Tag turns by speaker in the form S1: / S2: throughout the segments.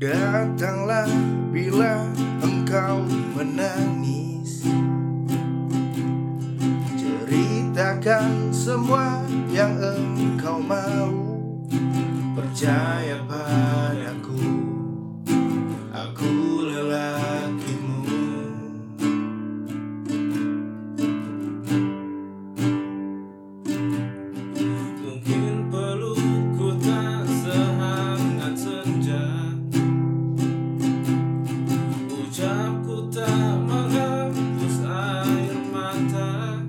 S1: Datanglah bila engkau menangis Ceritakan semua yang engkau mau Percaya padaku Aku lelakimu
S2: Mungkin pelukku tak sehangat senja Ucapku tak menghapus air mata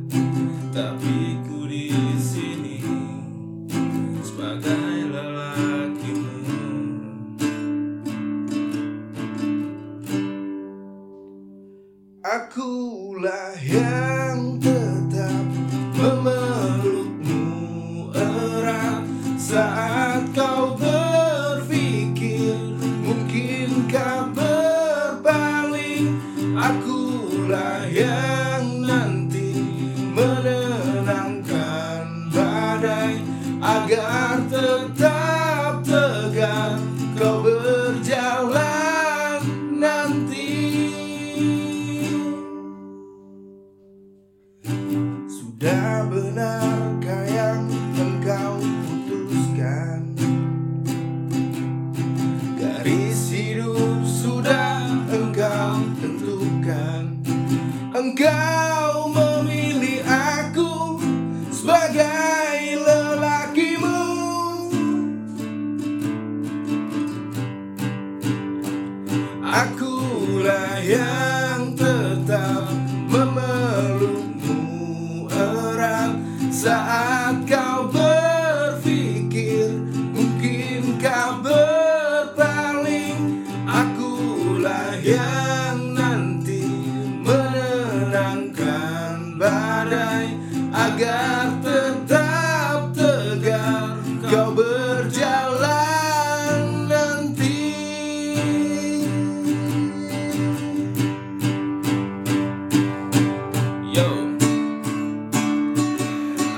S2: Tapi ku di sini sebagai lelakimu
S1: Akulah yang tetap memelukmu erat Saat kau berpikir mungkinkah berbalik Akulah yang nanti menenangkan badai Agar tetap tegar kau berjalan nanti sudah benarkah yang engkau putuskan Garis hidup sudah engkau tentukan Engkau memilih aku sebagai lelakimu Akulah yang tetap memelukmu erat Saat kau berpikir mungkin kau berpaling Akulah yang nanti menenangkan badai Agar tetap tegar kau berjalan nanti
S2: Yo,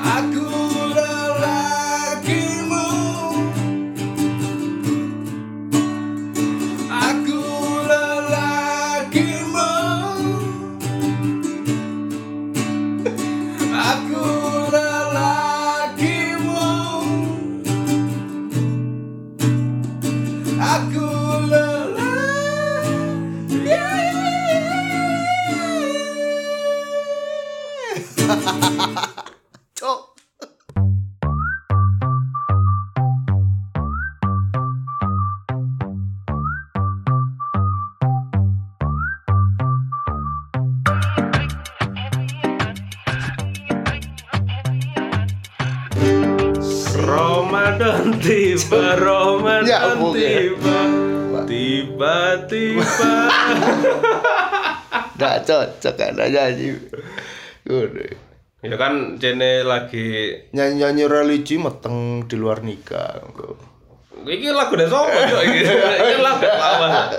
S1: Aku lelakimu Aku lelakimu Aku lelakimu Aku lelakimu Cok
S2: Ramadan tiba,
S1: Ya,
S2: Ramadan
S1: Bu, ya.
S2: tiba Tiba-tiba
S1: Nggak cocok kan nyanyi Udah.
S2: Ya kan Cene lagi
S1: Nyanyi-nyanyi religi meteng di luar nikah
S2: Iki lagu dari sopo cok iki. Iki lagu lama.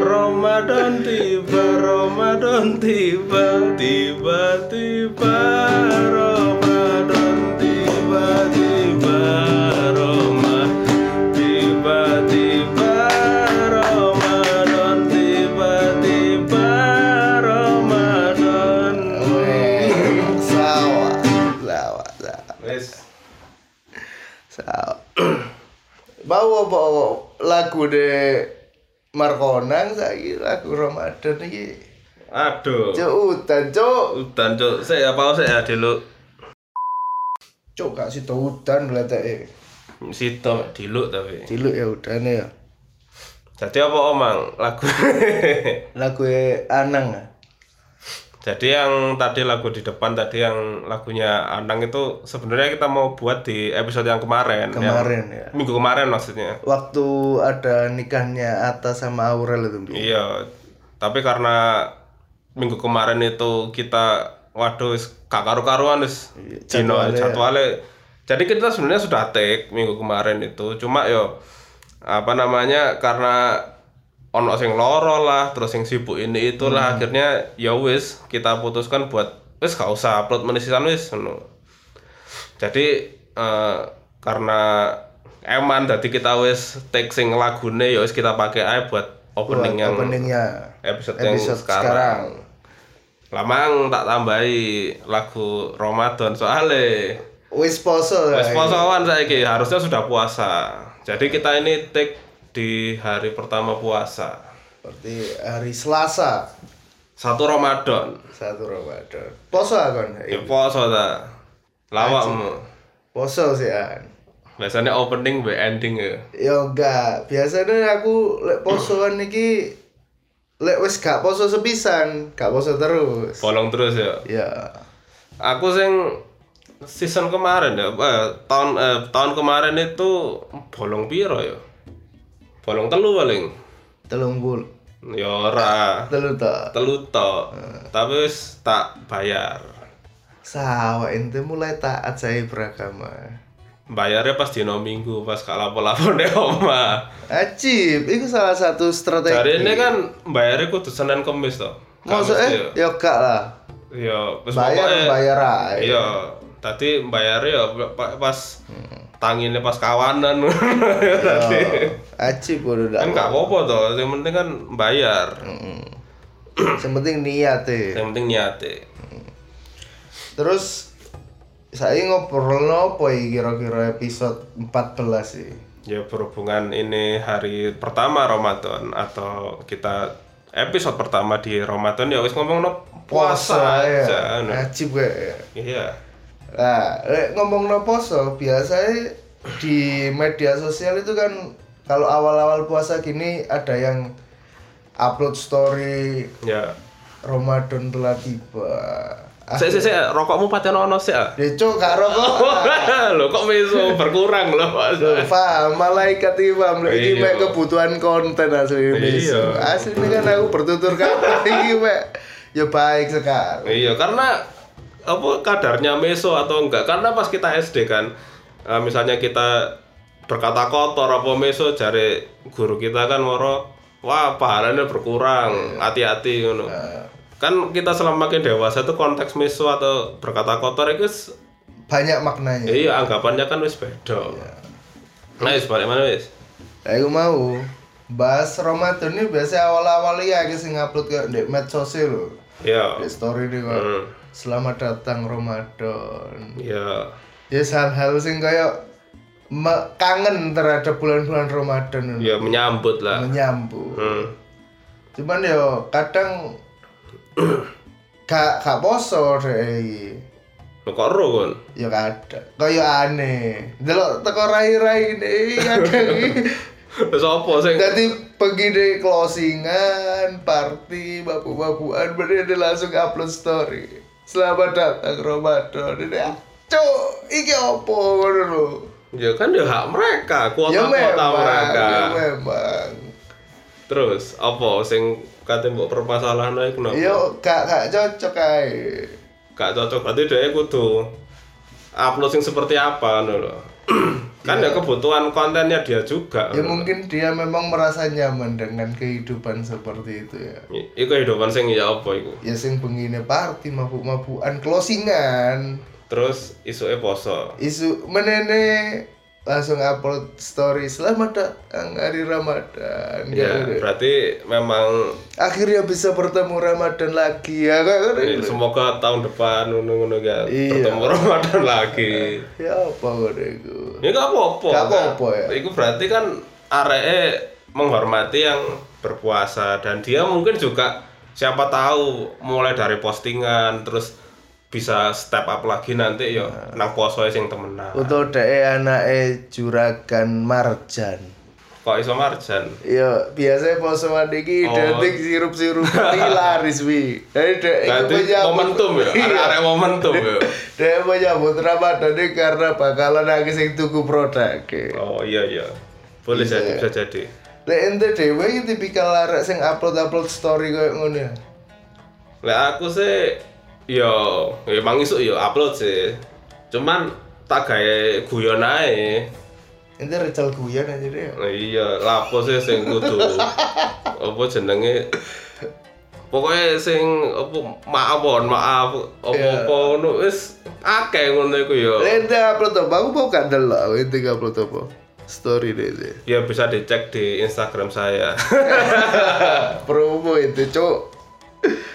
S2: Ramadan tiba, Ramadan tiba, tiba-tiba Ramadan tiba-tiba Roma tiba-tiba Ramadan tiba-tiba Ramadan.
S1: Sawa Sawa Sawa
S2: Wes.
S1: Sawa Bawa bawa lagu de Markonang saiki lagu Ramadan iki
S2: Aduh.
S1: Cuk udan cuk
S2: Udan cok, saya apa saya dulu.
S1: Cuk gak sido udan ngleteke
S2: Sito diluk tapi.
S1: Diluk ya udane ya
S2: Jadi apa omang lagu?
S1: Lagu e Anang ya?
S2: Jadi yang tadi lagu di depan tadi yang lagunya Anang itu sebenarnya kita mau buat di episode yang kemarin.
S1: kemarin
S2: yang-
S1: ya
S2: minggu kemarin maksudnya.
S1: Waktu ada nikahnya Atas sama Aurel itu Bi.
S2: Iya. Tapi karena minggu kemarin itu kita waduh wis gak karu-karuan wis
S1: Iya,
S2: dino
S1: jadwalnya.
S2: jadwalnya. Jadi kita sebenarnya sudah take minggu kemarin itu. Cuma yo apa namanya karena ono sing loro lah, terus sing sibuk ini itulah akhirnya ya wis kita putuskan buat wis gak usah upload menisisan wis ngono. Jadi eh, karena eman jadi kita wis take sing lagune ya wis kita pakai ae buat
S3: opening yang
S2: openingnya
S3: episode, yang
S2: episode
S3: sekarang.
S2: sekarang.
S3: Lamang tak tambahi lagu Ramadan soale.
S2: wis poso
S3: Wes
S2: lah.
S3: posoan saiki harusnya sudah puasa. Jadi kita ini take di hari pertama puasa.
S2: seperti hari Selasa
S3: Satu Ramadan.
S2: satu Ramadan poso akon
S3: Ya poso ta. Lawakmu.
S2: poso sih an
S3: Biasanya opening be ending ya.
S2: Yo enggak, biasanya aku lek posoan iki lek wis gak poso sepisan, gak poso terus.
S3: Bolong terus ya.
S2: Ya.
S3: Aku sing season kemarin ya, eh, tahun eh, tahun kemarin itu bolong piro ya? Bolong telu paling.
S2: Telung bul,
S3: Ya ora.
S2: telu ta.
S3: Telu tok.
S2: Hmm.
S3: Tapi wis tak bayar.
S2: Sawa ente mulai taat saya beragama.
S3: Bayarnya pas dino minggu, pas gak lapo-lapo deh oma.
S2: Acip, itu salah satu strategi.
S3: Hari ini kan bayarnya kudu Senin Kamis toh. Kamis
S2: maksudnya
S3: ya.
S2: yo gak lah.
S3: Ya, wis
S2: Bayar
S3: pokoknya-
S2: bayar ae.
S3: Iya, tadi bayarnya ya pa- pas tanginnya pas kawanan. Tadi.
S2: Acip kudu Oh,
S3: kan
S2: dak.
S3: gak apa-apa toh, yang penting kan bayar.
S2: Yang penting niat e.
S3: Yang penting niate.
S2: Terus saya ngobrol nopo iki kira-kira episode eh? 14 sih.
S3: Ya berhubungan ini hari pertama Ramadan atau kita episode pertama di Ramadan ya wis ngomong puasa,
S2: ya.
S3: iya. Eh. aja. no.
S2: Acip gue.
S3: Iya.
S2: Nah, eh. lek ngomong no poso, biasanya di media sosial itu kan kalau awal-awal puasa gini ada yang upload story
S3: Ya.
S2: Ramadan telah tiba. Ah,
S3: Sik sik sik rokokmu paten ono sik. ah.
S2: Deco kak rokok.
S3: Loh kok meso berkurang loh Mas.
S2: Paham, malaikat imam lek iki
S3: Iya.
S2: mek kebutuhan konten asli ini.
S3: Iya.
S2: Asli ini kan aku bertutur kata iki mek ya baik sekali.
S3: Iya, karena apa kadarnya meso atau enggak? Karena pas kita SD kan, eh, misalnya kita berkata kotor apa meso jari guru kita kan moro, wah pahalanya berkurang, hati-hati ngono. Kan kita selama makin dewasa tuh konteks meso atau berkata kotor itu wis-
S2: Banyak maknanya.
S3: iya anggapannya kan wis beda. Nah, wis balik mana wis?
S2: Aku mau bahas Ramadan ini biasanya awal-awal ya aku sing upload ke di medsos lho.
S3: Iya.
S2: Di story ini kok.
S3: Hmm.
S2: Selamat datang Ramadan.
S3: Iya.
S2: Ya hal-hal sing kaya me- kangen terhadap bulan-bulan Ramadan
S3: Ya menyambut lah.
S2: menyambut.
S3: Hmm.
S2: Cuman yo kadang gak gak poso deh iki.
S3: Loh, Kok ro kon?
S2: Ya kadang kaya aneh. Delok teko rai-rai ini kadang iki.
S3: Wis apa sing
S2: Nanti pergi deh closingan, party, babu-babuan, berarti dia langsung upload story. Selamat datang Ramadan. Ini ah, cuk, iki opo ngono lho.
S3: Ya kan ya hak
S2: Ya
S3: mereka, kuota-kuota
S2: memang,
S3: mereka.
S2: ya memang.
S3: Terus apa sing kate mbok permasalahan iku kenapa?
S2: Yo gak gak cocok ae.
S3: Gak cocok berarti dhek kudu upload sing seperti apa ngono lho. kan ya kebutuhan kontennya dia juga.
S2: Iya. Ya mungkin dia memang merasa nyaman dengan kehidupan seperti itu ya.
S3: I- Iku kehidupan sing ya apa iku.
S2: Ya sing pengine party, mabuk-mabukan, closingan.
S3: Terus isuke poso.
S2: isu menene langsung upload story selamat datang hari Ramadan
S3: Ya,
S2: Gitu.
S3: berarti memang
S2: akhirnya bisa bertemu Ramadan lagi ya kayak gitu.
S3: eh, semoga tahun depan ngono-ngono ya
S2: Iya.
S3: bertemu Ramadan lagi.
S2: ya apa gitu itu
S3: Ya gak apa-apa.
S2: Gak apa-apa ya.
S3: Itu berarti kan areke menghormati yang berpuasa dan dia mungkin juga siapa tahu mulai dari postingan terus bisa step up lagi nanti yo
S2: Nah.
S3: nang poso sing temenan.
S2: untuk deh anake juragan Marjan
S3: Kok iso marjan?
S2: Iya, biasanya posoan iki
S3: Oh.
S2: identik sirup-sirup ini laris wi. Jadi deh
S3: Berarti Nah, momentum ya,
S2: Iya.
S3: arek momentum ya.
S2: Deh menyambut Ramadan ini karena bakalan aku sing tuku produk.
S3: Oh iya iya. Boleh
S2: iya.
S3: jadi bisa jadi.
S2: Lek ente dhewe iki tipikal arek sing upload-upload story koyo ngono ya.
S3: Lek aku sih yo emang iso yo upload sih. Cuman tak gawe guyon ae.
S2: Ente recal guyon anjir ya.
S3: Nah, iya, lapo sih sing kudu. apa jenenge? Pokoknya sing apa maaf mohon maaf apa-apa ngono wis akeh ngono iku ya.
S2: Lek ente upload apa? Aku mau gak delok aku ente gak upload apa. story deh sih.
S3: Ya bisa dicek di Instagram saya.
S2: Promo itu, Cuk.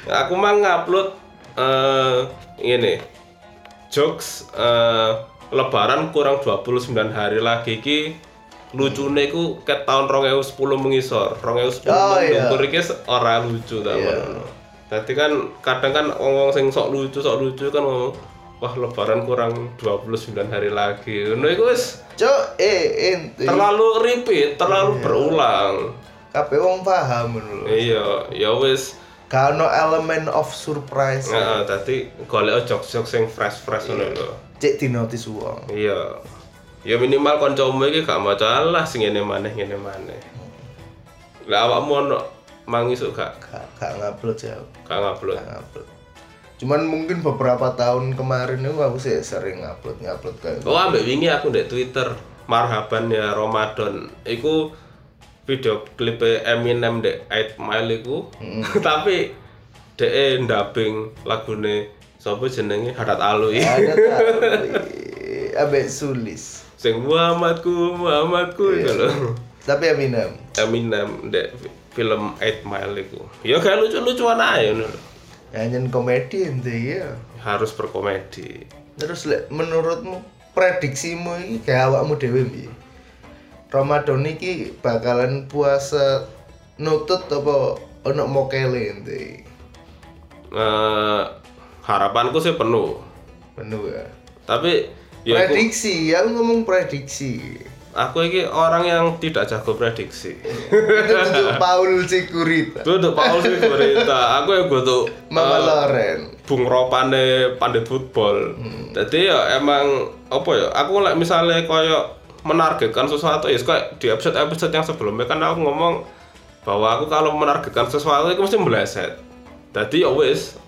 S3: Aku mah ngupload eh ini jokes eh, lebaran kurang 29 hari lagi ki lucune iku ket tahun 2010 mengisor 2010
S2: Oh, iya.
S3: mundur iki se- ora lucu ta
S2: Iya.
S3: ngono. Dadi kan kadang kan ngomong sing sok lucu sok lucu kan ngomong wah lebaran kurang 29 hari lagi. Ngono iku wis
S2: Cuk, eh ente.
S3: terlalu repeat,
S2: Iya.
S3: terlalu berulang.
S2: Kabeh wong paham ngono lho.
S3: Iya, ya wis
S2: Gak ono elemen of surprise.
S3: Heeh, tadi golek jokes-jokes sing fresh-fresh ngono lho.
S2: Cek di notice wong.
S3: Iya. Ya minimal kancamu iki gak maca lah sing ngene maneh ngene maneh. Lah awakmu ono mangisuk gak
S2: Gak gak ngupload jauh.
S3: gak ngupload.
S2: Gak ngupload. Cuman mungkin beberapa tahun kemarin itu aku sih sering ngupload ngupload kayak
S3: Oh, ambek wingi aku ndek Twitter, marhaban ya Ramadan. Iku video klip Eminem dek 8 Mile iku. Tapi dek ndabing lagune sapa jenenge Hadat Alwi.
S2: ada tahu. Abe sulis.
S3: Sing Muhammadku, Muhammadku itu lho.
S2: Tapi Eminem.
S3: Eminem dek film 8 Mile itu. Ya kayak lucu-lucuan aja ngono lho.
S2: Nyanyian komedi ente ya.
S3: Harus berkomedi.
S2: Terus lek menurutmu prediksimu ini kayak awakmu dewe piye? Ramadan iki bakalan puasa nutut apa ono mokele ente?
S3: Eh, harapanku sih penuh.
S2: Penuh ya.
S3: Tapi ya aku,
S2: Prediksi, ya aku ngomong prediksi.
S3: aku ini orang yang tidak jago prediksi.
S2: Itu untuk Paul Cikurita,
S3: Gue tuh Paul sih berita, aku yang gue tuh
S2: Mama
S3: Eh.
S2: Loren.
S3: bung ropane pandai football.
S2: Hmm.
S3: Jadi ya emang apa ya? Aku like misalnya koyo menargetkan sesuatu ya, kayak di episode episode yang sebelumnya kan aku ngomong bahwa aku kalau menargetkan sesuatu itu mesti meleset. Jadi ya wis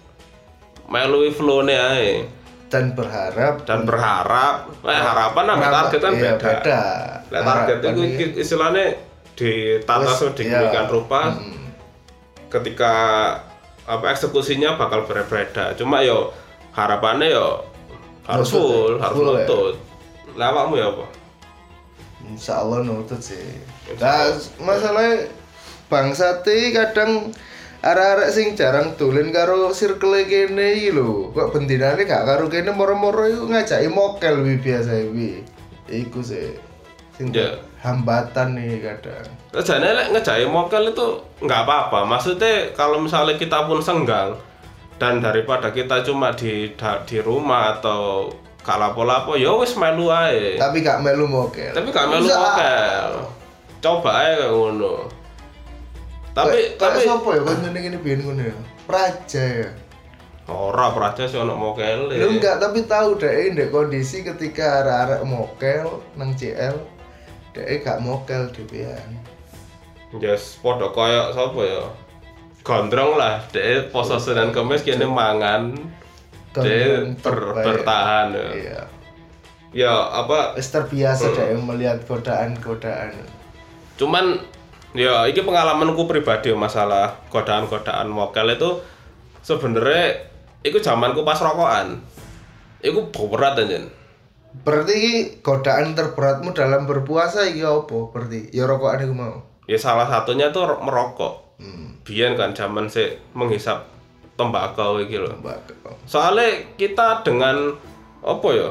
S3: melalui flow nih ae.
S2: dan berharap
S3: dan berharap, eh, harapan sama
S2: Kenapa?
S3: target kan
S2: Hmm. Iya,
S3: beda.
S2: beda.
S3: Lah target itu
S2: Harapan
S3: ki- istilahnya ditata
S2: Terus,
S3: sedemikian
S2: iya.
S3: rupa
S2: Hmm.
S3: ketika apa eksekusinya bakal berbeda. Cuma yo harapannya yo harus
S2: Nutut,
S3: full,
S2: ya.
S3: harus
S2: Full, ya.
S3: nutut. Lah awakmu ya apa?
S2: Insya Allah nutut sih.
S3: Insya
S2: Nah, masalahnya bangsa ti kadang arah-arah sing jarang tulen karo circle kene iki lho. Kok bendinane gak karo kene moro-moro iku ngajaki mokel wi biasa wi. Iku sih sing
S3: Ya.
S2: hambatan nih kadang.
S3: Kerjanya lek ngejai mokel itu nggak apa-apa. Maksudnya kalau misalnya kita pun senggang dan daripada kita cuma di da- di rumah atau gak lapo-lapo, ya wis melu ae.
S2: Tapi gak melu mokel.
S3: tapi gak melu
S2: Bisa. ah,
S3: mokel coba aja kayak ngono tapi
S2: Kayak-
S3: tapi
S2: kayak sapa ya koncone kene biyen ngono ya? Praja ya.
S3: ora praja sih ono mokel e.
S2: Lu enggak tapi tahu deh ndek kondisi ketika arek-arek mokel nang CL deh gak mokel dhewean.
S3: yes podo koyo sapa ya gondrong lah deh poso Senin Kamis kene mangan deh
S2: Gondrong
S3: ber-
S2: terbaik.
S3: bertahan ya.
S2: Iya.
S3: ya apa
S2: Wis terbiasa deh melihat godaan-godaan.
S3: cuman ya ini pengalamanku pribadi ya masalah godaan-godaan mokel itu sebenarnya itu zamanku pas rokokan itu berat anjen
S2: Berarti iki godaan terberatmu dalam berpuasa iki apa? Berarti ya rokokan iku mau.
S3: ya salah satunya tuh ro- merokok
S2: Hmm.
S3: biyen kan zaman sih menghisap tembakau iki loh
S2: Tembakau.
S3: soalnya kita dengan apa ya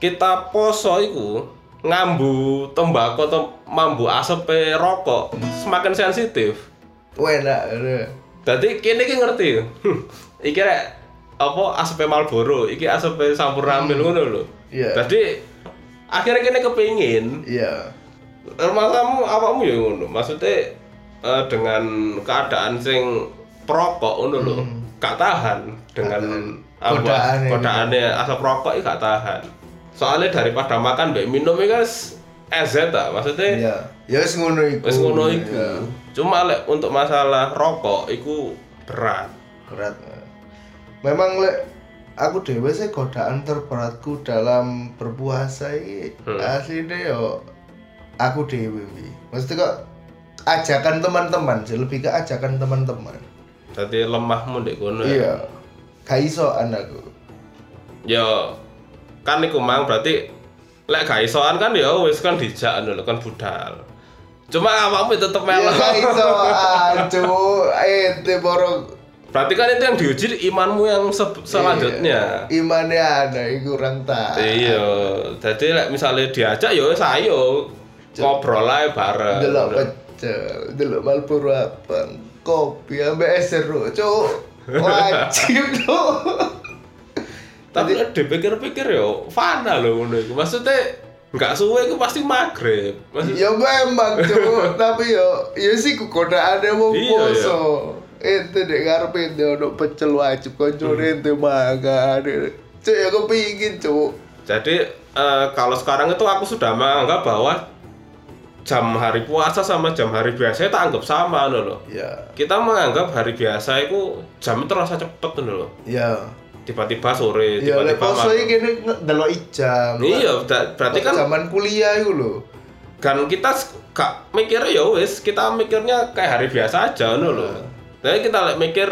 S3: kita poso iku ngambu tembakau atau mambu asep rokok semakin sensitif
S2: Enak. ngono.
S3: jadi kini iki ngerti hmm, iki rek apa asep Marlboro iki asep Sampurnamil ngono lho
S2: Iya.
S3: jadi akhirnya kini kepingin
S2: Iya.
S3: Rumahmu awakmu ya ngono. Maksudnya eh, dengan keadaan sing perokok ngono lho. Gak tahan dengan apa
S2: Hmm. Godaannya.
S3: godaannya asap rokok iki gak tahan. Soalnya daripada makan mbek minum iki guys EZ ta. Maksudnya
S2: Iya. Ya wis ngono iku.
S3: Eh. wis ngono iku.
S2: Iya.
S3: Cuma lek untuk masalah rokok iku berat.
S2: berat memang lek aku dewe sih godaan terberatku dalam berpuasa ini
S3: Hmm.
S2: aslinya yo aku dewe wi mesti kok ajakan teman-teman sih lebih ke ajakan teman-teman
S3: Dadi lemahmu ndek kono. ya.
S2: iya gak iso anakku
S3: Ya kan iku mang berarti lek gak isoan kan ya wis kan dijak anu lho kan budal. Cuma awakmu tetep
S2: Ya
S3: melok.
S2: gak iso Eh, ancu, ente borong
S3: Berarti kan itu yang diuji imanmu yang se- selanjutnya.
S2: Iya, Imannya ada yang kurang tak.
S3: Iya, jadi lek misalnya diajak yo sayo ngobrol aja bareng.
S2: Delok pecel, delok Malboro abang, kopi ambek es seru, cuk. Wajib tuh.
S3: Tapi lek dipikir-pikir yo fana lho ngono iku. Maksudnya nggak suwe iku pasti maghrib. Maksud,
S2: ya memang cuk, tapi yo yo sih ku kota ada mau
S3: Iya,
S2: poso. Ente dek ngarepe ente ono pecel wajib
S3: Hmm.
S2: koncone ente makan. Cuk ya kepingin cuk.
S3: Jadi eh, kalau sekarang itu aku sudah menganggap bahwa jam hari puasa sama jam hari biasa itu anggap sama ngono lho.
S2: Ya,
S3: Kita menganggap hari biasa itu jam itu terasa cepet ngono lho.
S2: ya.
S3: Tiba-tiba sore,
S2: Ya lek
S3: tiba-tiba
S2: poso
S3: malam.
S2: iki kene nge- delok ijam.
S3: Iya, da- berarti kan
S2: zaman kuliah iku lho.
S3: kan kita s- gak mikir ya wis kita mikirnya kayak hari biasa aja ngono lho.
S2: Iya.
S3: Tapi kita lek mikir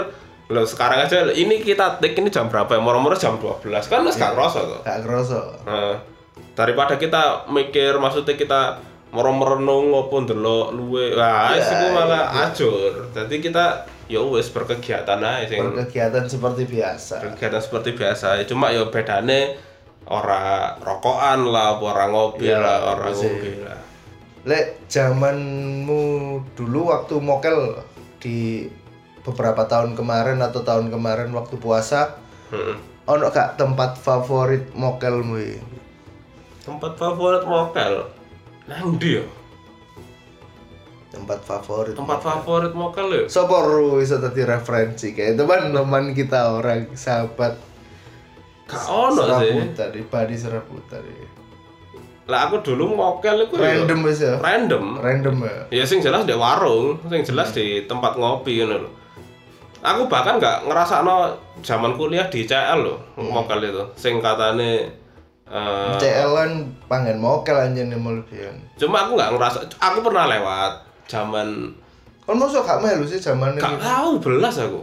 S3: loh sekarang aja ini kita take ini jam berapa ya? Moro-moro jam 12 kan
S2: Iya.
S3: wis gak kerasa tuh.
S2: Gak kerasa.
S3: Nah, daripada kita mikir maksudnya kita merenung apa ndelok luwe wah
S2: Ya,
S3: yeah, itu malah ajur jadi kita ya wis berkegiatan aja sing
S2: Berkegiatan seperti biasa.
S3: berkegiatan seperti biasa cuma ya bedane ora rokokan lah apa ora ngopi
S2: Ya,
S3: lah ora
S2: masih.
S3: ngopi lah
S2: Lek zamanmu dulu waktu mokel di beberapa tahun kemarin atau tahun kemarin waktu puasa,
S3: Heeh.
S2: ono gak tempat favorit mokelmu? iki?
S3: tempat favorit mokel nang ndi ya
S2: Tempat favorit.
S3: tempat favorit mokel ya
S2: Sopo ru bisa tadi referensi kayak teman-teman kita orang sahabat
S3: gak ono sih
S2: serabutan, ibadi serabutan. iki.
S3: lah aku dulu mokel itu ya
S2: Random wis ya.
S3: random
S2: Random ya.
S3: Ya sing jelas di warung, sing jelas di tempat ngopi ngono lho. Aku bahkan nggak ngerasakno zaman kuliah di CL lho,
S2: Hmm.
S3: mokel itu. Sing katane eh,
S2: CLN pangan mokel anjir nih mau lebihan.
S3: cuma aku nggak ngerasa aku pernah lewat zaman
S2: Kon mosok gak melu sih zaman
S3: gak
S2: ini.
S3: tahu belas aku.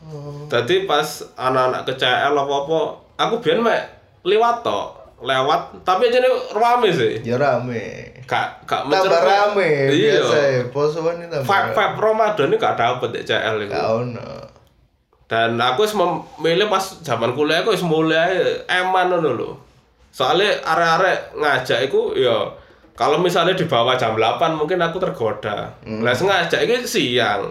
S2: Oh.
S3: Tadi pas anak-anak ke CL apa-apa, aku biyen mek liwat tok, lewat tapi aja rame sih.
S2: Ya rame.
S3: Gak gak
S2: Tambah rame biasa
S3: Iya.
S2: ya. Posoan ini tambah. rame.
S3: Vibe-vibe Ramadan ini gak dapet di CL itu.
S2: Gak ono.
S3: dan aku wis memilih pas zaman kuliah aku wis mulai eman ngono lho. Soale arek-arek ngajak iku ya kalau misalnya di bawah jam 8 mungkin aku tergoda.
S2: Hmm.
S3: Lah sing ngajak iki siang.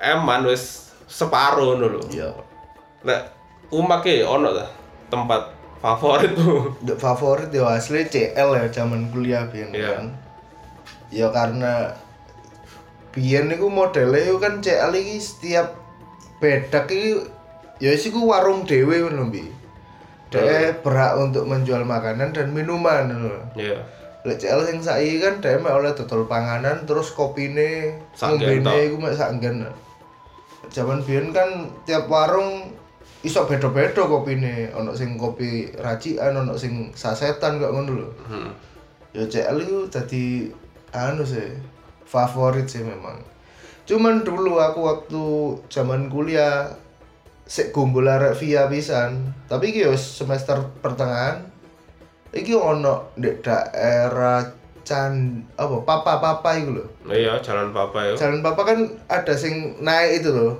S3: Eman wis separuh ngono lho.
S2: Ya.
S3: Nek umake ono ta tempat favoritmu.
S2: The favorit ya asli CL ya zaman kuliah biyen
S3: Iya.
S2: kan. Ya karena biyen niku modelnya yo kan CL iki setiap bedak iki ya sih ku warung dewe ngono Bi. Dia berhak untuk menjual makanan dan minuman ngono lho.
S3: Iya.
S2: Lek CL sing saiki kan dhewe mek oleh dodol panganan terus kopine
S3: Sak nggen
S2: ngombene
S3: tok.
S2: iku mek sak nggen. Jaman biyen kan tiap warung iso beda-beda kopine, ono sing kopi racikan, ono sing sasetan kok ngono lho.
S3: Hmm.
S2: Ya CL itu jadi anu sih favorit sih memang. Cuman dulu aku waktu zaman kuliah sik gombol arek via pisan. Tapi iki yo semester pertengahan iki ono di daerah Can apa papa papa iku lho.
S3: Iya, jalan papa ya.
S2: Jalan papa kan ada sing naik itu loh.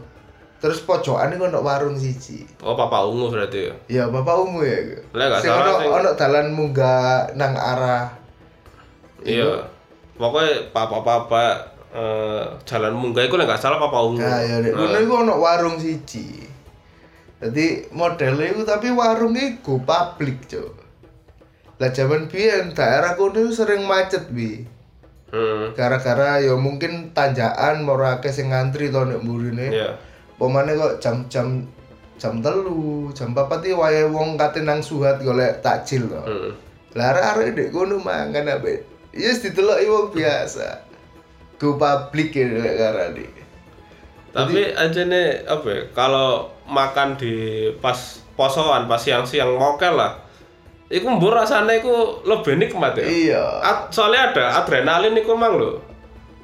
S2: Terus pojokan iku ono warung siji.
S3: Oh, papa ungu berarti ya.
S2: Ya bapak umum ya. iku.
S3: Lah, nggak
S2: Sing
S3: salah,
S2: ono
S3: sing-
S2: ono dalan munggah nang arah
S3: Iya. Pokoknya papa-papa eh, jalan munggah itu lek gak salah papa ungu.
S2: Nah, ya nek ngono iku ono warung siji. Dadi modelnya iku tapi warung iku publik, Cuk. Lah jaman biyen daerah kono iku sering macet, Bi.
S3: Hmm.
S2: Gara-gara ya mungkin tanjakan ora akeh sing ngantri to nek mburine.
S3: Iya.
S2: Pomane kok jam-jam jam telu, jam papat iki wayahe wong kate nang suhat golek takjil to.
S3: Hmm.
S2: Lah arek ndek kono mangan ape. Yes diteloki wong biasa. Go publik ya lek karane.
S3: Tapi aja nih apa ya, kalau makan di pas posoan pas siang-siang mokel lah. Iku mbur rasanya iku lebih nikmat ya.
S2: Iya.
S3: Ad- soalnya ada adrenalin iku mang lho.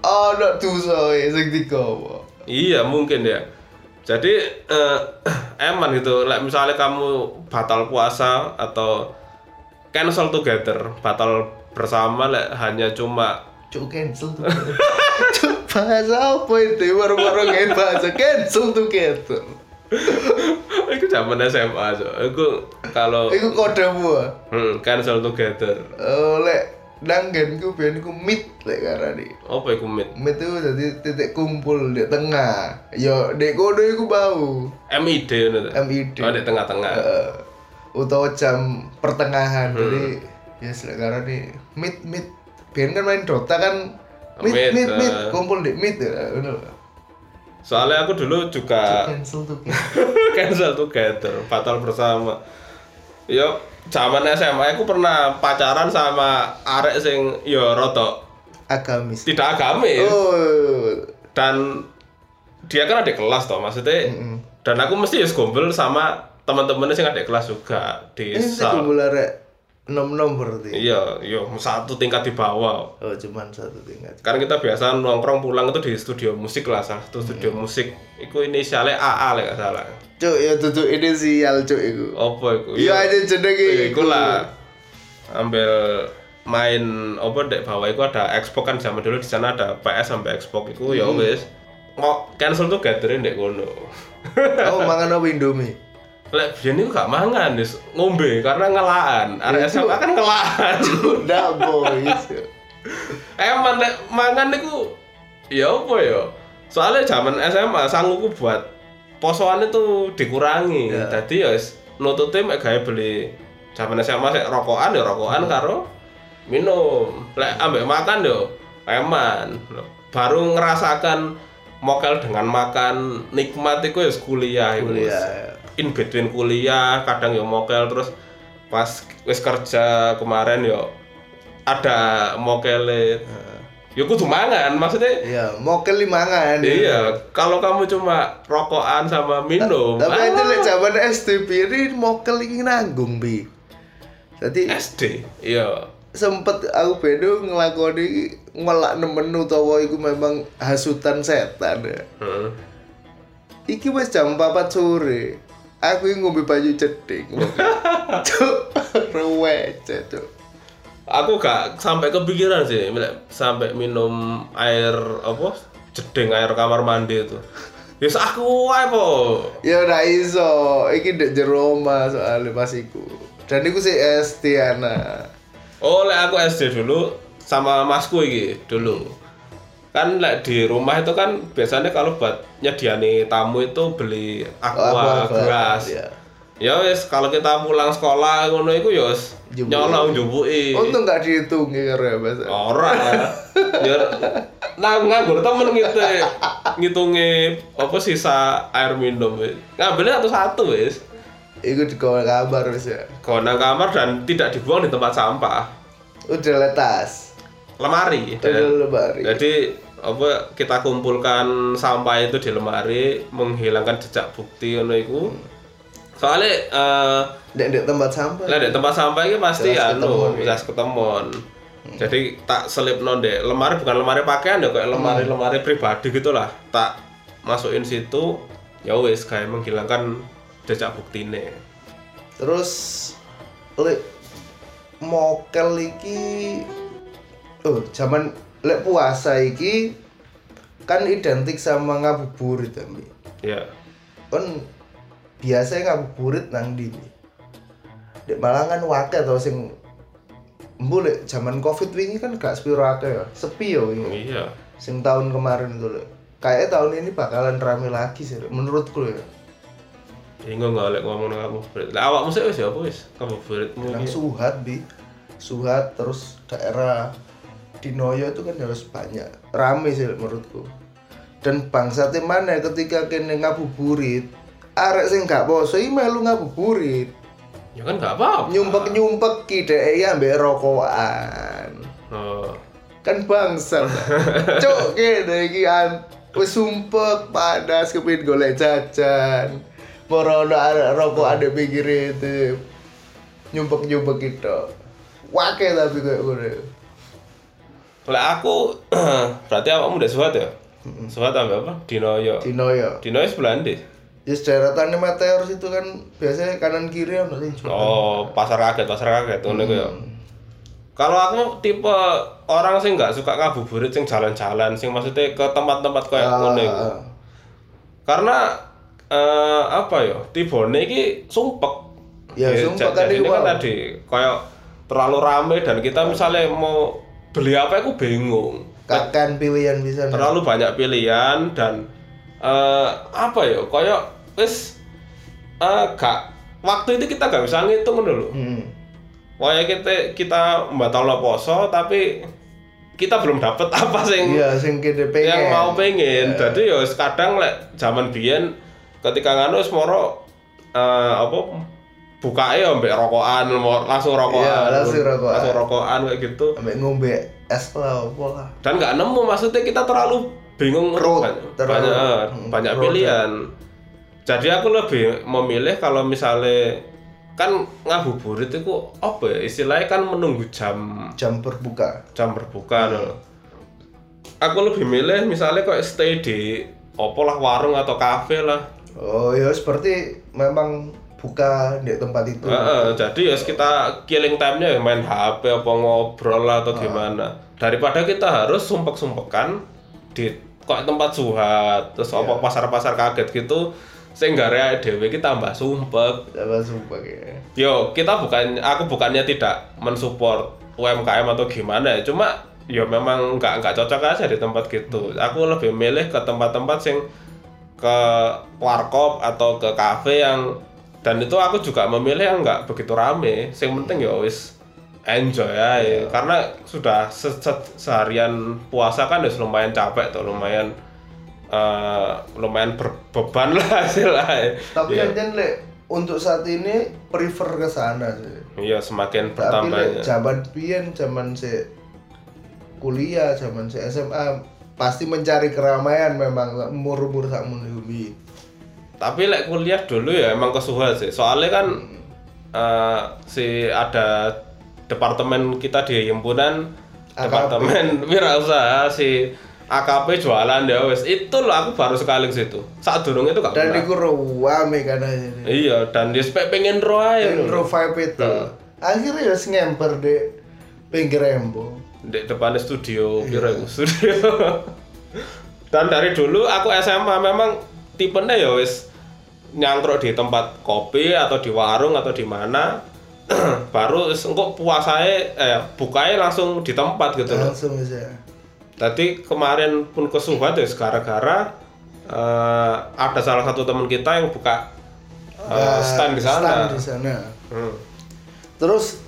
S2: Oh, nak dosa eh, sing digawa.
S3: Iya mungkin ya. Jadi eh, eman gitu. Like misalnya kamu batal puasa atau cancel together, batal bersama lek hanya cuma
S2: Cuk cancel tuh. Cuk bahasa apa itu? Baru-baru ngait bahasa cancel tuh cancel.
S3: Iku zaman SMA aja. Iku kalau
S2: Iku kode gua.
S3: hmm, cancel together.
S2: Eh, lek nanggenku biyen ku meet lek karani.
S3: Apa iku mid?
S2: Meet itu jadi titik kumpul di tengah. Yo dek kono iku bau.
S3: MID ngono ta?
S2: MID.
S3: Oh, di tengah-tengah.
S2: Eh, utawa jam pertengahan. Jadi ya lek karani meet meet biyen kan main Dota kan meet
S3: Meet,
S2: meet, meet.
S3: eh.
S2: kumpul di meet ya. Ngono.
S3: Soalnya aku dulu juga
S2: Cancel tuh.
S3: cancel together, batal bersama. Yo, zaman SMA aku pernah pacaran sama arek sing yo rotok
S2: Agamis.
S3: tidak agamis
S2: Oh.
S3: dan dia kan ada kelas toh maksudnya dan aku mesti ya gombel sama teman-temannya sing ada kelas juga di
S2: Ini sih
S3: sal
S2: kumpulan nom-nom berarti.
S3: iya yo satu tingkat di bawah
S2: Oh, cuman satu tingkat.
S3: kan kita biasa nongkrong pulang itu di studio musik lah salah satu studio musik itu inisialnya AA lah nggak salah
S2: Cuk, ya tutup ini sial cuk iku.
S3: apa itu
S2: Iya aja jenenge.
S3: Iya, iku lah ambil main apa dek bawah itu ada Xbox kan zaman dulu di sana ada PS sampai Xbox itu ya wis kok cancel tuh gathering dek kono
S2: Oh, mangan apa Indomie?
S3: lek biyen itu gak mangan wis ngombe karena ngelaan arek SMA kan ngelaan
S2: Ndak boys.
S3: emang lek Eh, mangan niku ya apa ya soalnya zaman SMA sanggupku buat posoannya tuh dikurangi
S2: Ya.
S3: jadi ya wis nututnya mek gawe beli zaman SMA sik rokokan ya rokokan karo minum lek ambek makan yo eman baru ngerasakan mokel dengan makan nikmat itu ya kuliah iku, wis.
S2: Kuliah.
S3: in between kuliah kadang yo mokel terus pas wis kerja kemarin yo ada mokele yo kudu mangan maksudnya
S2: Iya, mokel li mangan.
S3: iya kalau kamu cuma rokokan sama minum
S2: Tapi
S3: ah,
S2: aja lek jaman SD ini mokel iki nanggung bi. Jadi
S3: SD iya
S2: sempet aku bedo ngelakoni ngelak nemen utawa iku memang hasutan setan. ya.
S3: hmm.
S2: Iki wis jam 4 sore. Aku iki ngombe banyu cedhik. Cuk, ruwet cuk.
S3: aku gak sampai kepikiran sih lek sampai minum air apa jeding air kamar mandi itu ya aku ae po
S2: Ya ora iso, iki ndek jero omah soalnya pas iku. Dan iku sih SD ana.
S3: Oh, lek aku SD dulu sama masku iki dulu. Kan lek di rumah itu kan biasanya kalau buat nyediani tamu itu beli Oh, aqua, gelas.
S2: Ya.
S3: Ya wis kalau kita pulang sekolah ngono iku ya wis
S2: Jubuki.
S3: nyolong njubuki.
S2: Untung gak dihitung ya karo ya, Mas.
S3: Ora. Ya nah nganggur temen gitu ngitungi apa sisa air minum. wis. Ngambilnya satu-satu wis.
S2: Iku dikawal kabar wis ya.
S3: Kona kamar dan tidak dibuang di tempat sampah.
S2: Udah letas.
S3: Lemari.
S2: Udah lemari.
S3: Jadi apa kita kumpulkan sampah itu di lemari menghilangkan jejak bukti ngono iku. Soale eh
S2: Ndek ndek tempat sampah.
S3: lah di tempat sampah iki pasti
S2: Jelas
S3: anu
S2: ketemuan,
S3: jelas ketemuan. Jadi tak selip deh lemari bukan lemari pakaian ya kayak lemari-lemari pribadi gitulah. Tak masukin situ ya wis kayak menghilangkan jejak buktine.
S2: Terus lek mokel iki oh zaman lek puasa iki kan identik sama ngabuburit tapi
S3: Ya.
S2: kan biasanya ngabuburit nang di Dek Malang kan wakil tau sing Mbu lek zaman covid wingi kan gak sepiro akeh ya sepi ya wingi
S3: Iya.
S2: sing tahun kemarin itu lek kayaknya tahun ini bakalan rame lagi sih Lek. menurutku ya
S3: Bingung gak oleh ngomong nang kamu. Lah awakmu sih wis ya apa wis? Kamu beritmu
S2: Nang
S3: iki.
S2: Suhat bi, Suhat terus daerah Dinoyo itu kan harus banyak rame sih menurutku. Dan bangsa mana ketika kene ngabuburit, arek sing gak poso iki melu ngabuburit.
S3: Ya kan gak
S2: Iya.
S3: apa-apa.
S2: Nyumpek-nyumpek ki dhek ya mbek rokokan.
S3: Oh.
S2: Kan bangsa. Cuk kene iki an wis sumpek panas kepin golek jajan. Morono arek rokok ada pinggir itu. Nyumpek-nyumpek gitu. Wake tapi kayak gue.
S3: Oleh aku berarti awakmu udah suat ya? Suat ambil apa? Dinoyo.
S2: Dino ya.
S3: Dinoyo sebelah ndi?
S2: ya deretannya meteor situ kan biasanya kanan kiri ono sing jualan.
S3: Oh, pasar kaget, pasar kaget ngono iku ya. Kalau aku tipe orang sih nggak suka ngabuburit sing jalan-jalan, sing maksudnya ke tempat-tempat kayak
S2: Ah,
S3: ngono iku.
S2: ah.
S3: Karena eh apa ya? Tibone iki sumpek.
S2: Ya, sumpek
S3: kan
S2: kan
S3: ini
S2: iku,
S3: kan
S2: Pak.
S3: tadi kayak terlalu rame dan kita misalnya mau beli apa aku bingung.
S2: Kakan pilihan bisa nih.
S3: terlalu banyak pilihan dan eh, apa ya koyok wis eh, gak waktu itu kita gak bisa ngitung dulu
S2: Hmm.
S3: Kayak kita kita batal poso tapi kita belum dapet apa sing
S2: Iya, sing kene pengen. Iya.
S3: yang mau pengen jadi ya wis kadang lek zaman biyen ketika nganu wis moro eh, apa bukae ya mbek rokokan mo- langsung rokokan
S2: Iya, langsung rokokan.
S3: langsung rokokan kayak gitu
S2: Ambek ngombe es lah apa lah.
S3: dan nggak nemu maksudnya kita terlalu bingung
S2: Road,
S3: banyak
S2: terlalu-
S3: banyak, eh,
S2: hmm,
S3: banyak
S2: road,
S3: pilihan jadi aku lebih memilih kalau misalnya kan ngabuburit itu apa ya istilahnya kan menunggu jam
S2: Jam berbuka.
S3: jam
S2: Hmm.
S3: berbuka loh. aku lebih milih misalnya kok stay di opo lah warung atau kafe lah
S2: Oh, ya seperti memang buka di tempat itu.
S3: Eh, eh, jadi ya kita killing time-nya ya main HP apa ngobrol lah atau gimana. Daripada kita harus sumpek-sumpekan di kok tempat suhat terus apa pasar-pasar kaget gitu sehingga rea dhewe kita tambah sumpek.
S2: Apa sumpah ya.
S3: Yo, kita bukan aku bukannya tidak mensupport UMKM atau gimana ya, cuma ya memang nggak nggak cocok aja di tempat gitu. Aku lebih milih ke tempat-tempat sing ke warkop atau ke kafe yang dan itu aku juga memilih yang nggak begitu rame. Sing penting ya wis enjoy aja
S2: Iya.
S3: karena sudah se- se- seharian puasa kan udah lumayan capek tuh lumayan eh, lumayan berbeban lah hasilnya.
S2: Tapi
S3: Iya.
S2: kan Jan, Lek, untuk saat ini prefer ke sana sih.
S3: Iya semakin
S2: Tapi
S3: bertambahnya.
S2: Lek, zaman pian, zaman si kuliah, zaman si SMA pasti mencari keramaian memang umur-umur tak menunggu.
S3: tapi lek kuliah dulu ya emang kesuhal sih soalnya kan eh, si ada departemen kita di himpunan
S2: AKP.
S3: departemen wirausaha si AKP jualan ya wes itu loh aku baru sekali ke situ saat durung itu gak
S2: Dan
S3: pernah
S2: iku ruame kan aja. nih.
S3: iya Hmm. dan dia spek pengen roa ya
S2: Intro vibe itu. Akhirnya ya ngemper di pinggir rembo.
S3: di depannya
S2: Iya.
S3: studio kira aku studio dan dari dulu aku SMA memang tipenya ya wis nyangkruk di tempat kopi atau di warung atau di mana baru wis engko puasanya eh bukanya langsung di tempat gitu loh
S2: Langsung ya. aja.
S3: tadi kemarin pun ke Subhat ya gara-gara eh, ada salah satu teman kita yang buka eh,
S2: Nah,
S3: stand di sana
S2: Stand di sana.
S3: Hmm.
S2: Terus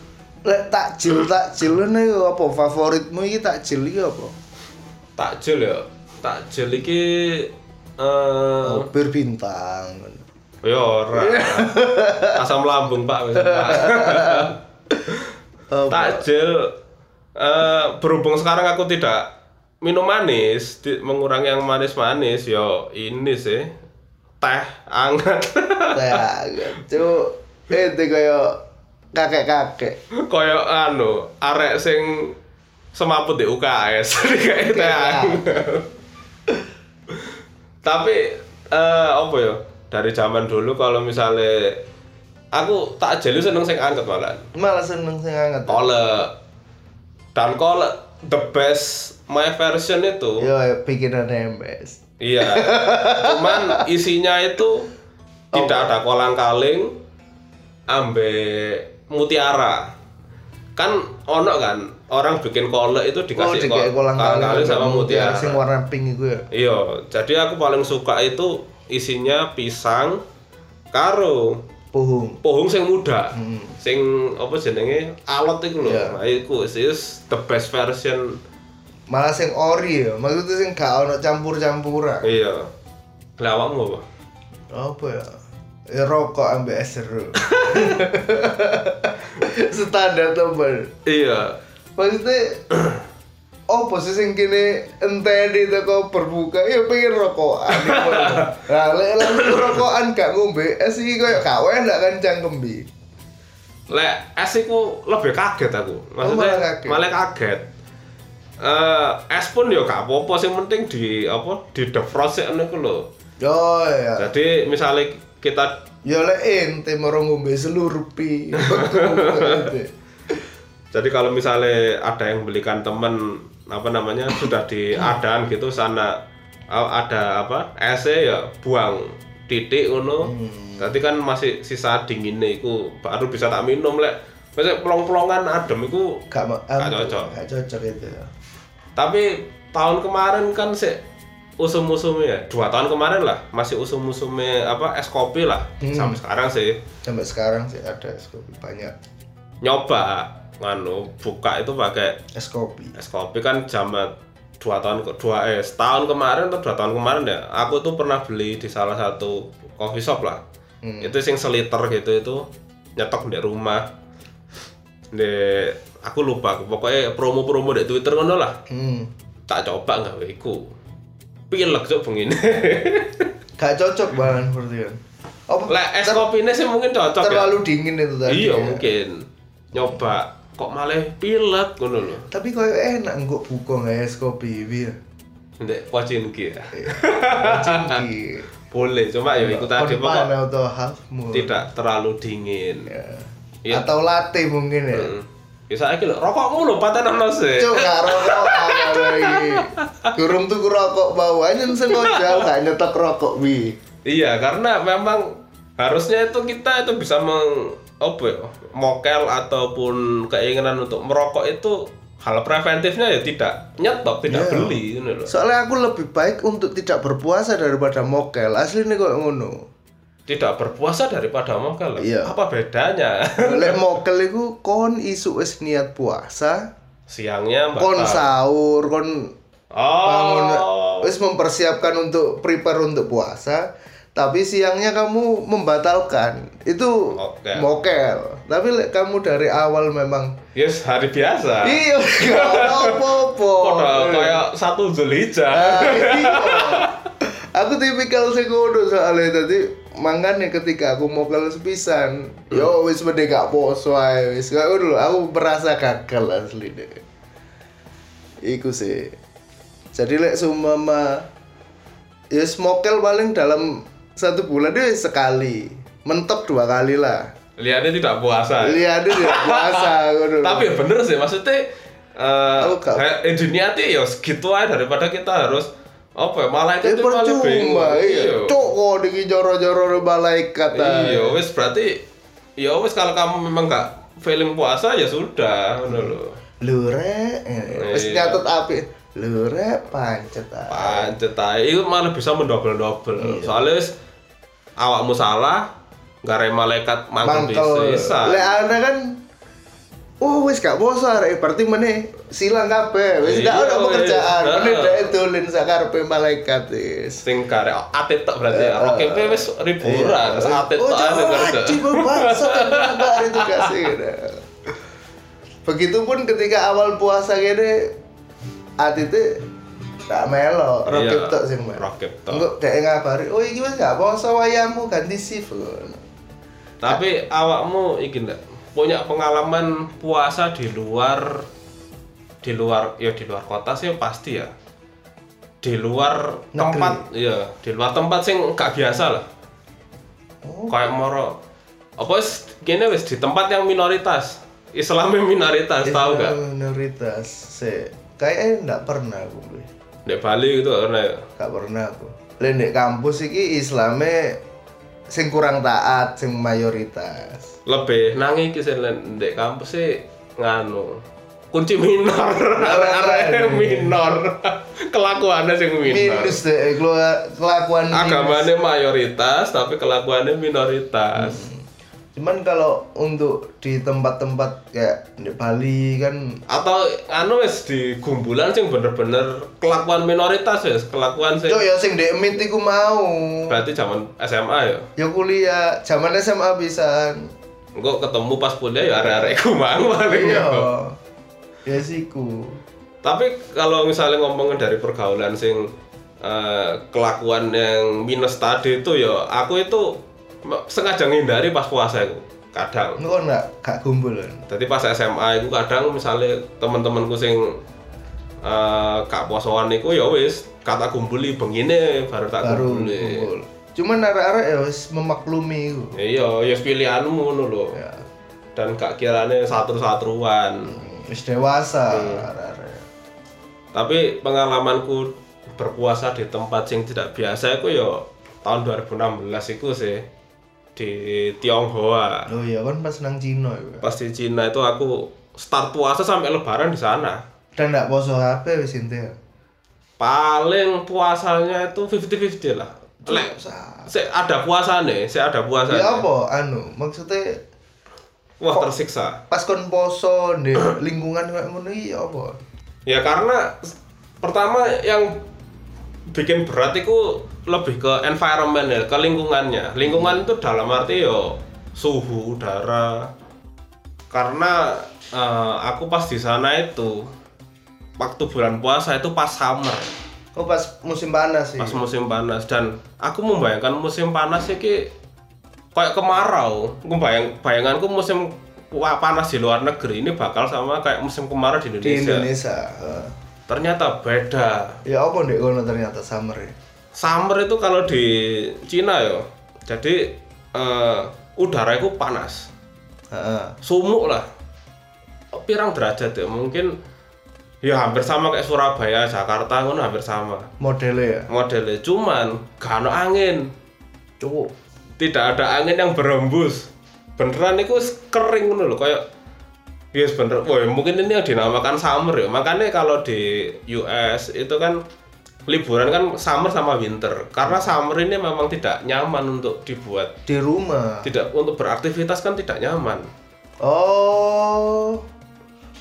S2: lek takjil takjil ini apa favoritmu iki takjil iki apa?
S3: takjil ya takjil iki eh,
S2: Oh, bir bintang.
S3: Ya ora. Asam lambung, Pak, wis, Pak.
S2: Oh,
S3: Takjil eh, berhubung sekarang aku tidak minum manis, di- mengurangi yang manis-manis, yo ini sih teh anget.
S2: ya, gitu. Itu kayak kakek-kakek.
S3: Koyo anu, arek sing semaput di UKS, kayak teh anget. Tapi eh apa ya? Dari zaman dulu kalau misalnya aku takjil seneng sing anget malah.
S2: Malah seneng sing anget.
S3: Kole. Dan kole the best my version itu.
S2: Yo bikinan MS.
S3: Iya. Cuman isinya itu tidak ada kolang-kaling ambe mutiara. Kan ono kan orang bikin kole itu
S2: Oh,
S3: dikasih
S2: dikek
S3: kol- kolang-kaling sama mutiara.
S2: Iya, sing warna pink iku ya.
S3: Iya, jadi aku paling suka itu isinya pisang karo
S2: Puhung.
S3: pohong sing muda
S2: Hmm.
S3: sing apa jenenge alot iku lho
S2: Iya.
S3: nah iku is the best version
S2: malah sing ori ya maksudnya sing gak ono campur-campuran
S3: iya lah awakmu apa
S2: apa ya ya rokok ambek es seru standar temen
S3: iya
S2: maksudnya apa sih sing kene enteni teko berbuka ya pengen rokokan gitu. nah lek langsung rokokan gak ngombe es iki koyo gak enak kan cangkembi
S3: lek es iku lebih kaget aku maksudnya
S2: Oh, malah kaget.
S3: malah kaget Eh es pun ya gak apa-apa sing penting di apa di defrost sik ngono iku lho
S2: Oh ya.
S3: Jadi misalnya kita
S2: Ya lek ente moro ngombe selurupi.
S3: jadi kalau misalnya ada yang belikan temen apa namanya sudah diadaan gitu sana a- ada apa esnya ya buang titik uno nanti kan masih sisa dinginnya itu baru bisa tak minum lek Maksudnya pelong-pelongan adem itu
S2: Gak ma- ah,
S3: Gak cocok.
S2: Gak cocok itu. ya.
S3: Tapi tahun kemarin kan si usum-usumnya ya, dua tahun kemarin lah masih usum-usumnya apa es kopi lah sampai sekarang sih
S2: Sampai sekarang sih ada es kopi banyak.
S3: nyoba nganu buka itu pakai
S2: Es kopi.
S3: es kopi kan jamat dua tahun ke dua eh setahun kemarin atau dua tahun kemarin ya aku tuh pernah beli di salah satu coffee shop lah
S2: Hmm.
S3: itu sing seliter gitu itu nyetok di rumah di aku lupa pokoknya promo-promo di twitter ngono lah
S2: Hmm.
S3: tak coba nggak wiku pilek cok bengi
S2: Gak cocok bahan seperti itu. Apa?
S3: lah es kopi ini sih mungkin cocok ya
S2: terlalu dingin itu tadi.
S3: iya
S2: ya.
S3: mungkin nyoba kok malah pilek ngono lho
S2: Tapi koyo enak engko buka nggak es kopi bir.
S3: ndek kuacin ki ya.
S2: Iya. Cinti.
S3: boleh cuma
S2: Iya.
S3: ya ikut tadi pokok
S2: atau half moon.
S3: tidak terlalu dingin
S2: Ya.
S3: Iya.
S2: Atau latte mungkin ya.
S3: Hmm. ya saya kira rokokmu lho paten ono sih
S2: Cuk gak rokok apa lagi. Durung tuku rokok bau anjen sengaja gak nyetok rokok bi.
S3: iya karena memang harusnya itu kita itu bisa meng apa ya, mokel ataupun keinginan untuk merokok itu hal preventifnya ya tidak nyetok tidak
S2: Iya.
S3: beli gitu loh
S2: Soalnya aku lebih baik untuk tidak berpuasa daripada mokel. Asli nih kok ngono.
S3: tidak berpuasa daripada mokel
S2: Iya.
S3: apa bedanya
S2: Lek mokel iku kon isu wis niat puasa,
S3: siangnya mbak
S2: kon sahur, kon bangun
S3: oh
S2: wis mempersiapkan untuk prepare untuk puasa, tapi siangnya kamu membatalkan. Itu
S3: Mokel.
S2: mokel. Tapi lek kamu dari awal memang
S3: yes hari biasa
S2: Iya, gak apa-apa.
S3: Ah. Padahal kayak satu Zulhijjah
S2: Ah, iya. aku tipikal sing ngono soalnya tadi mangane ketika aku mau kalau sepisan yo wis mending gak poso ae wis gak ngono lho, aku merasa gagal asli deh iku sih jadi lek sumama ya smokel paling dalam satu bulan deh sekali mentok dua kali lah
S3: lihatnya tidak puasa
S2: lihat dia puasa ngono lho.
S3: Ah. tapi ya bener sih maksudnya eh
S2: Aku gak-
S3: he- eh, dunia tuh ya segitu aja daripada kita harus apa ya
S2: Ya
S3: malaikat itu malah bingung
S2: percuma, iya.
S3: Iya.
S2: Cuk kok iki joro-joro malaikat. ah.
S3: iya wes berarti ya wes kalau kamu memang nggak feeling puasa ya sudah ngono loh
S2: Lho rek, eh, wis
S3: Iya.
S2: nyatet api. Lho rek pancet ah.
S3: pancet aja itu malah bisa mendobel
S2: Iya.
S3: dobel soalnya wes awakmu salah nggak ada malaikat mangkel
S2: Mangkel. Lek
S3: bisa
S2: ana kan Oh wis gak boso arek berarti meneh silang kabeh. Wis
S3: Iya,
S2: gak
S3: wis.
S2: ono pekerjaan.
S3: Heeh.
S2: Meneh dhek dolen sakarepe malaikat wis.
S3: sing kare atit tok berarti ya oke wes riburan terus atit
S2: Oh,
S3: tok aja
S2: jangan
S3: kerja
S2: wajib berbangsa kan berubah itu gak sih. Nah. Begitupun ketika awal puasa gini, hati itu tak melo, rokib
S3: Iya,
S2: tok sing melo.
S3: rokib tok.
S2: Engko dhek ngabari, "Oh iki wis gak poso wayamu ganti shift."
S3: Tapi awakmu iki ndak punya pengalaman puasa di luar di luar ya di luar kota sih pasti ya. Di luar
S2: Negeri.
S3: tempat ya, di luar tempat sing gak biasa lah.
S2: Oh.
S3: Kayak moro apa wis kene wis di tempat yang minoritas.
S2: Iya.
S3: Islamnya minoritas tahu gak?
S2: Minoritas. Se kayaknya enggak pernah aku. Bli.
S3: Di Bali gitu karena ya.
S2: Gak pernah aku. Lain di kampus iki Islame sing kurang taat, sing mayoritas.
S3: lebih nangi iki sih Len. di kampus sih nganu kunci minor arek-arek minor kelakuannya sing minor
S2: Minus deh keluar kelakuan minus.
S3: agamanya mayoritas tapi kelakuannya minoritas
S2: Hmm. Cuman kalau untuk di tempat-tempat kayak di Bali kan
S3: atau anu wis di gumbulan sing bener-bener kelakuan minoritas wis kelakuan sing
S2: Cok ya sing di MIT ku mau
S3: berarti zaman SMA ya
S2: Ya kuliah, zaman SMA bisa
S3: engko ketemu pas kuliah ya arek-arek kumang paling
S2: Iya
S3: ya.
S2: Ya siku
S3: tapi kalau misalnya ngomongin dari pergaulan sing eh, kelakuan yang minus tadi itu ya aku itu me- sengaja ngindari pas puasa itu kadang
S2: Ini kok gak, gak kumpul kan
S3: Tadi pas SMA itu kadang misalnya teman-temanku sing eh kak posoan niku ya wis kata kumpuli bengine baru tak
S2: baru
S3: kumpuli.
S2: kumpul. Cuman arek-arek ya wis memaklumi iku.
S3: Iya, ya pilihanmu ngono lho.
S2: Ya,
S3: Dan gak kirane satru-satruan.
S2: wis dewasa
S3: Iya.
S2: arek-arek.
S3: Tapi pengalamanku berpuasa di tempat yang tidak biasa iku ya tahun 2016 iku sih di Tionghoa.
S2: Oh iya kan pas nang Cino iku.
S3: Pas di Cina itu aku start puasa sampai lebaran di sana.
S2: Dan ndak poso HP wis intinya.
S3: Paling puasanya itu 50-50 lah. Lek, se ada puasa nih, se ada puasa.
S2: Ya apa anu maksudnya
S3: Wah tersiksa.
S2: pas kon poso di lingkungan kayak ngono iki ya apa?
S3: Ya karena s- pertama yang bikin berat itu lebih ke environment ya, ke lingkungannya. Lingkungan itu dalam arti yo suhu udara. Karena eh, aku pas di sana itu waktu bulan puasa itu pas summer,
S2: Oh pas musim panas sih.
S3: pas musim panas dan aku membayangkan musim panas iki kayak kemarau. Aku bayang bayanganku musim wa- panas di luar negeri ini bakal sama kayak musim kemarau di
S2: di
S3: Indonesia.
S2: Indonesia. Heeh.
S3: Ternyata beda.
S2: Ya apa ndek kono ternyata summer ya.
S3: Summer itu kalau di Cina ya. Jadi eh, udara itu panas,
S2: Heeh.
S3: sumuk lah. Pirang derajat ya mungkin ya hampir sama kayak Surabaya, Jakarta ngono hampir sama.
S2: Modelnya ya.
S3: Modelnya cuman gak ada angin.
S2: Cuk.
S3: Tidak ada angin yang berembus. Beneran itu kering ngono lho kayak Yes bener, Wah, mungkin ini yang dinamakan summer ya. Makanya kalau di US itu kan liburan kan summer sama winter. Karena summer ini memang tidak nyaman untuk dibuat.
S2: Di rumah.
S3: Tidak untuk beraktivitas kan tidak nyaman.
S2: Oh.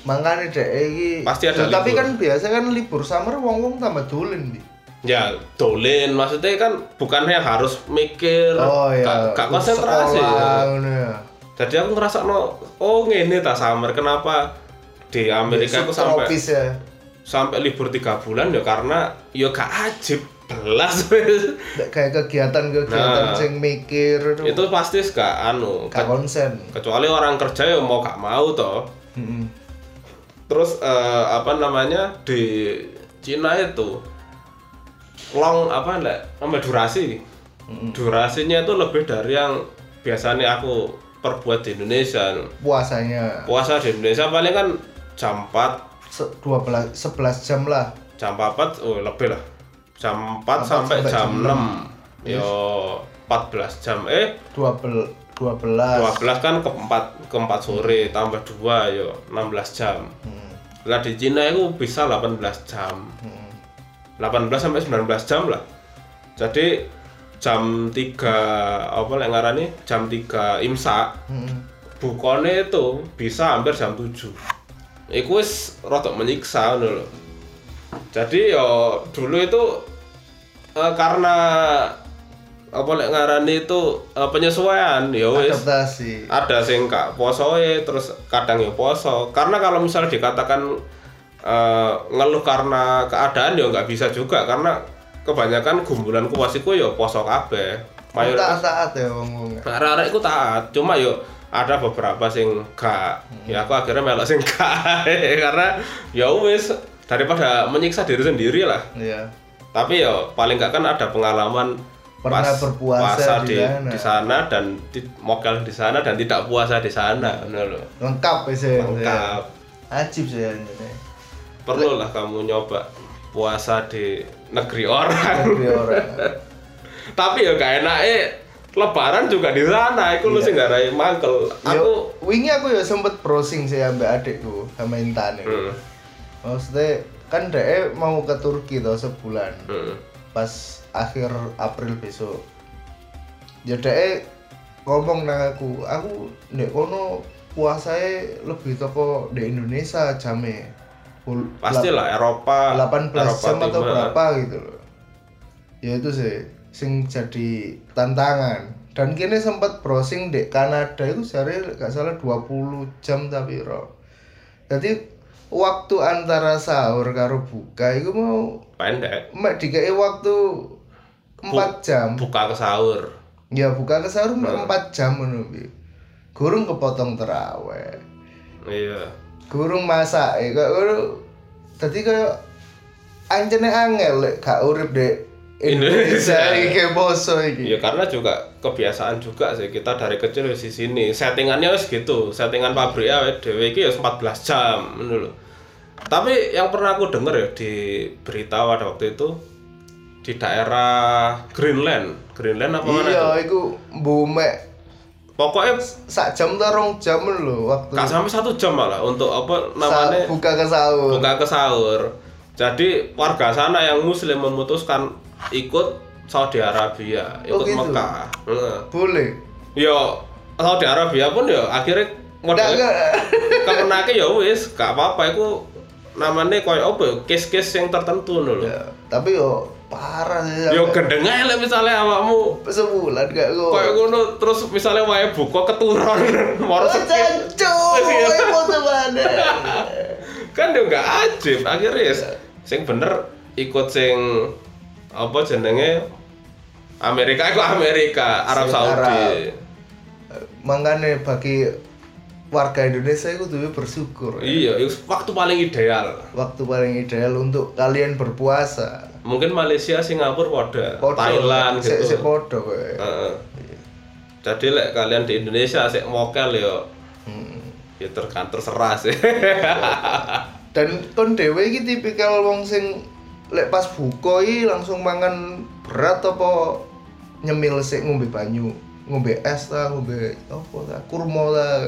S2: Makanya dek iki.
S3: Pasti ada
S2: Loh, Tapi
S3: libur.
S2: kan biasa kan libur summer wong-wong tambah dolen di.
S3: Ya dolen maksudnya kan bukannya harus mikir,
S2: Oh ya.
S3: gak, gak konsentrasi.
S2: Sekolah, ngono ya.
S3: Jadi aku ngerasa no, oh ini tak summer. Kenapa di Amerika aku sampai
S2: Subtropis ya.
S3: sampai libur tiga bulan ya karena ya gak ajib belas
S2: Ndak kayak kegiatan-kegiatan
S3: Nah.
S2: sing mikir
S3: itu pasti gak anu
S2: gak konsen.
S3: kecuali orang kerja ya mau gak mau toh
S2: Heeh.
S3: terus eh, apa namanya di Cina itu long apa enggak sama durasi durasinya itu lebih dari yang biasanya aku perbuat di Indonesia
S2: Puasanya
S3: puasa di Indonesia paling kan jam 4
S2: se- 12 11 jam lah.
S3: jam 4 oh lebih lah jam 4
S2: sampai
S3: sampai, jam
S2: jam
S3: 6 yo 14 jam eh
S2: 12 12.
S3: 12 kan ke 4 ke 4 sore tambah 2 yo 16 jam.
S2: Hmm.
S3: Lah di Cina itu bisa 18 jam.
S2: mm,
S3: 18 sampai 19 jam lah. Jadi jam 3 apa lek ngarani jam 3 imsak
S2: Heeh.
S3: bukone itu bisa hampir jam 7. Iku wis rotok menyiksa ngono lho. Jadi yo dulu itu eh, karena apa lek ngarani itu eh, penyesuaian ya wis
S2: Adaptasi.
S3: ada sing kak posoe terus kadang ya poso karena kalau misalnya dikatakan eh, ngeluh karena keadaan ya nggak bisa juga karena kebanyakan gumbulanku pasiku ya poso kabeh mayoritas
S2: Taat-taat ya wong-wong.
S3: arek-arek iku taat cuma yo ada beberapa sing gak ya aku akhirnya melok sing gak ae. karena ya wis daripada menyiksa diri sendiri lah
S2: Iya.
S3: tapi ya paling nggak kan ada pengalaman
S2: Pernah berpuasa di
S3: di,
S2: sana.
S3: di sana dan di, mokel di sana dan tidak puasa di sana ngono lho.
S2: Lengkap ya sih.
S3: lengkap
S2: Ajib sih anjene. iya.
S3: perlu lah kamu nyoba puasa di negeri orang
S2: Tapi orang.
S3: tapi ya gak enak eh lebaran juga di sana
S2: Iya.
S3: aku lu sih nggak rai mangkel
S2: Aku
S3: aku
S2: wingi aku ya sempet browsing sih ambek adikku sama Intan itu.
S3: Hmm,
S2: Maksudnya kan dia mau ke Turki tuh sebulan
S3: hmm.
S2: pas akhir April besok. Ya dia ngomong nang aku, aku nek kono puasanya lebih toko di Indonesia jame. Pul-
S3: pastilah Eropa
S2: 18
S3: Eropa
S2: jam atau
S3: Timur.
S2: berapa gitu loh ya itu sih sing jadi tantangan dan kini sempat browsing di Kanada itu sehari gak salah 20 jam tapi ro jadi waktu antara sahur karo buka itu mau
S3: pendek
S2: mek dikei waktu 4 jam
S3: buka ke sahur
S2: ya buka ke sahur mek 4 jam menunggu gurung kepotong teraweh
S3: iya
S2: eh, gurung masak ya kok guru tadi kayak anjene angel lek gak urip dek
S3: Indonesia.
S2: Indonesia iki kayak boso
S3: Ya
S2: iki.
S3: karena juga kebiasaan juga sih kita dari kecil wis di sini. Settingannya wis gitu. Settingan pabrik ya dhewe iki ya 14 jam ngono lho. Tapi yang pernah aku denger ya di berita pada waktu itu di daerah Greenland. Greenland apa mana itu?
S2: Iya, iku bumek
S3: Pokoknya
S2: sak jam ta rong jam lho waktu
S3: gak sampai satu jam malah untuk
S2: sa-
S3: apa namanya
S2: buka ke sahur.
S3: buka ke sahur. Jadi warga sana yang muslim memutuskan ikut Saudi Arabia, ikut
S2: Oh, gitu.
S3: Mekah. Heeh.
S2: Boleh.
S3: Yo Saudi Arabia pun yo akhirnya
S2: Ndak
S3: model kemenake yo wis gak apa-apa iku namanya koyo apa ya, case-case yang tertentu ngono lho.
S2: tapi yo parah sih.
S3: Yo
S2: sampai
S3: gendeng ae lek misale awakmu
S2: sebulan gak kok.
S3: koyo ngono terus misalnya wae buka keturun
S2: Oh,
S3: moro sakit Iya.
S2: Cacuk, ibu tuh mana?
S3: kan dia nggak ajib akhirnya ya sing bener ikut sing apa jenenge Amerika iku Amerika Arab
S2: Sing
S3: Saudi
S2: Makanya bagi warga Indonesia itu tuh bersyukur.
S3: iya itu waktu paling ideal
S2: Waktu paling ideal untuk kalian berpuasa.
S3: mungkin Malaysia Singapura pada
S2: Podo,
S3: Thailand
S2: sik-
S3: gitu
S2: sik podo kowe.
S3: Heeh. jadi lek kalian di Indonesia sik mokel yo
S2: Hmm.
S3: ya terkan terserah sih
S2: Dan kon dhewe iki tipikal wong sing lek pas buka iki langsung mangan berat apa nyemil sik ngombe banyu, ngombe es lah, ngombe apa lah, kurma lah.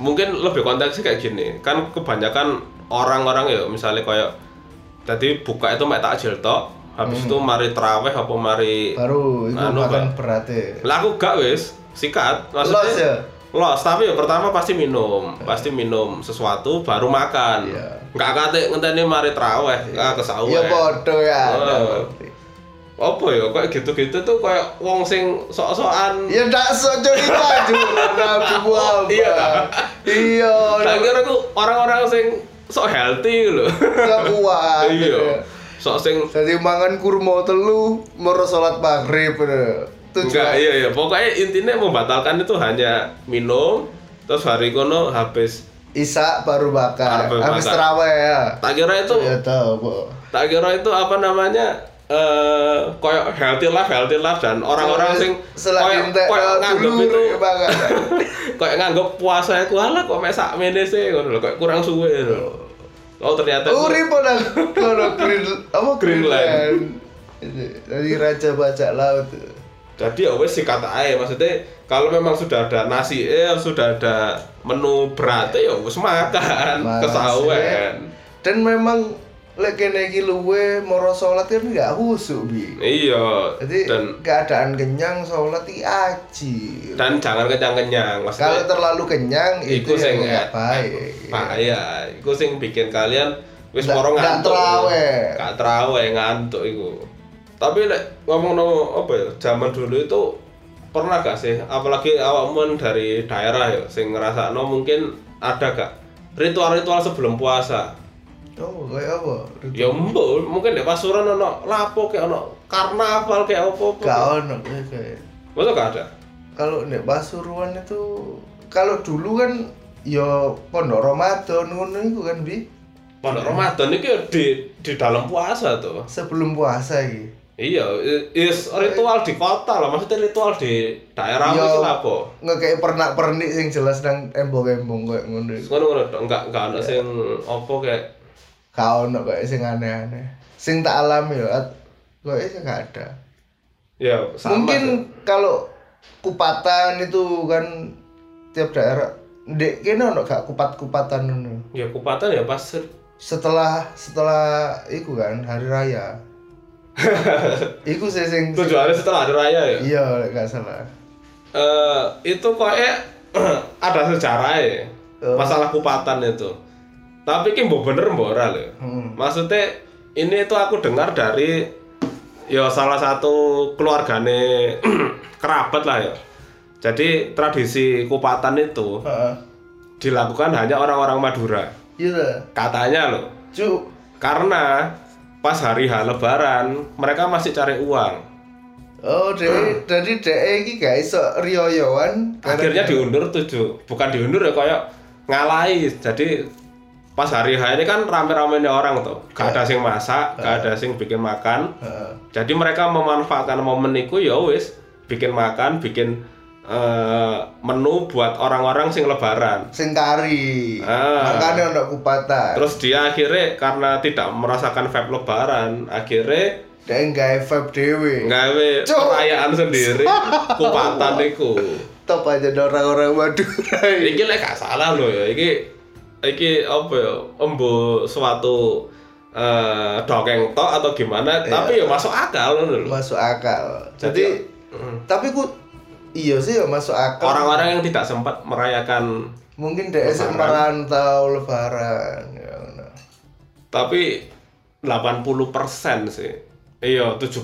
S3: mungkin lebih konteksnya kayak gini kan kebanyakan orang-orang ya misalnya kayak tadi buka itu mek takjil tok
S2: Hmm.
S3: habis itu mari traweh apa mari
S2: Baru itu
S3: Anu,
S2: makan berat e.
S3: lah aku gak wis sikat maksudnya
S2: Los ya?
S3: los tapi ya pertama pasti minum pasti minum sesuatu baru makan
S2: Iya.
S3: nggak kate ngenteni mari traweh ah kesawah
S2: Ya podo ya.
S3: Oh. apa ya kayak gitu-gitu tuh kayak wong sing sok-sokan
S2: Ya ndak sok jadi baju Nabi Muhammad.
S3: iya,
S2: Iya.
S3: tak?
S2: Iya.
S3: tak kira aku orang-orang sing sok healthy lho
S2: ndak kuat.
S3: iya sok sing
S2: Jadi mangan kurma telu, moro salat maghrib. eh, bener.
S3: enggak
S2: Tujuan
S3: iya iya pokoknya intinya membatalkan itu hanya minum terus hari kono habis
S2: Isa baru bakar,
S3: Baru
S2: habis
S3: bakar.
S2: terawih ya.
S3: tak kira itu
S2: Ya tahu, Bu.
S3: tak kira itu apa namanya eh koyok healthy life healthy life dan orang-orang sing
S2: selain iya,
S3: koyok- koyok nganggep itu
S2: dulu bakar.
S3: koyok nganggep puasa itu ala kok mek sakmene sih ngono lho koyok kurang suwe lho oh ternyata itu-
S2: Urip pada kono Green apa
S3: Greenland.
S2: Greenland. Jadi raja bajak laut.
S3: jadi ya wes sikat aja maksudnya kalau memang sudah ada nasi eh sudah ada menu berat ya wes makan
S2: Malas,
S3: kesawen
S2: ya. Dan memang lek kene iki luwe moro salat kan enggak husuk bi.
S3: iya
S2: Jadi
S3: dan
S2: keadaan kenyang salat iki ajib.
S3: dan jangan kenyang kenyang
S2: Kalau
S3: maksudnya
S2: terlalu kenyang itu ya Iya.
S3: iku sing
S2: yang enggak
S3: eh,
S2: baik.
S3: bahaya iku sing bikin kalian wes
S2: Nggak-
S3: moro
S2: nggak
S3: ngantuk
S2: terawe.
S3: gak terawe ngantuk iku tapi lek ngomong no apa ya zaman dulu itu pernah gak sih apalagi awakmu dari daerah ya sing ngerasa mungkin ada gak ritual-ritual sebelum puasa
S2: Oh, kayak apa?
S3: Ya mbok, mungkin di pasuran ono lapo kayak ono karnaval kayak apa-apa.
S2: Gak ono kayak- kayak.
S3: Masa gak ada?
S2: kalau nek Pasuruan itu kalau dulu kan ya pondok Ramadan ngono iku kan bi
S3: Pondok Ramadan itu ya di di dalam puasa tuh.
S2: sebelum puasa iki.
S3: Iya, i- is ritual di kota lah, maksudnya ritual di daerah
S2: Iya.
S3: itu lapo.
S2: Ngekei pernak-pernik sing jelas nang embong-embong koyo ngono iku.
S3: Ngono-ngono tok, enggak enggak ono sing
S2: Iya.
S3: apa kayak
S2: Ka ono koyo sing aneh-aneh. Sing tak alami ya at- koyo sing gak ada.
S3: ya sama.
S2: Mungkin
S3: sih.
S2: kalau kupatan itu kan tiap daerah Dek kene ono gak kupat-kupatan ngono.
S3: ya kupatan ya pasir.
S2: Setelah setelah iku kan hari raya. iku sih sing
S3: Tujuannya setelah hari raya ya.
S2: Iya, lek gak salah.
S3: Eh itu kayak ada sejarah ya.
S2: Eh.
S3: Masalah kupatan itu. Tapi ki mbok bener mbok ora lho.
S2: Hmm.
S3: Maksudnya ini itu aku dengar dari ya salah satu keluargane kerabat lah ya. Jadi tradisi kupatan itu
S2: Heeh.
S3: dilakukan hanya orang-orang Madura.
S2: Iya. lah.
S3: Katanya loh.
S2: Cuk.
S3: Karena pas hari H lebaran mereka masih cari uang.
S2: Oh, dek, jadi dek iki gak iso riyoyoan
S3: Akhirnya diundur tujuh, bukan diundur ya kayak ngalahi. Jadi pas hari H ini kan rame-ramenya orang tuh gak ada sing masak gak ada sing bikin makan
S2: Heeh.
S3: jadi mereka memanfaatkan momen itu ya wis bikin makan bikin eh, menu buat orang-orang sing lebaran
S2: sing kari
S3: Ah.
S2: makanya ono kupatan
S3: terus dia akhirnya karena tidak merasakan vibe lebaran akhirnya
S2: dia gawe vibe dhewe
S3: nggawe
S2: Cuk.
S3: perayaan sendiri kupatan iku
S2: top aja ada orang-orang Madura ini.
S3: iki lek gak salah lho ya iki iki apa ya embo suatu eh dongeng tok atau gimana tapi ya masuk akal ngono lho
S2: masuk akal jadi
S3: Jadi, mm.
S2: tapi ku iya sih ya masuk akal
S3: orang-orang yang tidak sempat merayakan
S2: mungkin dia sing merantau lebaran ya ngono.
S3: tapi 80% sih iya 70%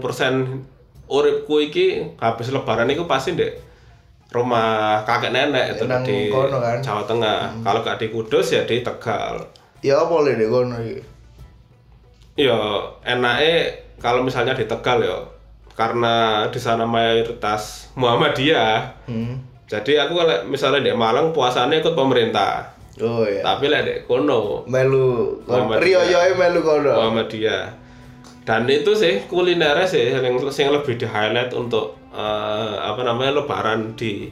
S3: 80% uripku iki habis lebaran itu pasti ndek rumah kakek nenek itu
S2: Nang
S3: di
S2: kono kan?
S3: Jawa Tengah kalau gak di Kudus ya di Tegal
S2: ya apa le dek kono iki?
S3: iya enaknya kalau misalnya di Tegal ya karena di sana mayoritas Muhammadiyah
S2: hmm.
S3: jadi aku kalau misalnya di Malang puasanya ikut pemerintah
S2: oh ya
S3: tapi lah di Kono
S2: melu
S3: Muhammad
S2: Rio yoi melu
S3: Oh,
S2: kono
S3: Muhammadiyah. Dan itu sih kulinernya sih yang, yang lebih di highlight untuk eh, apa namanya lebaran di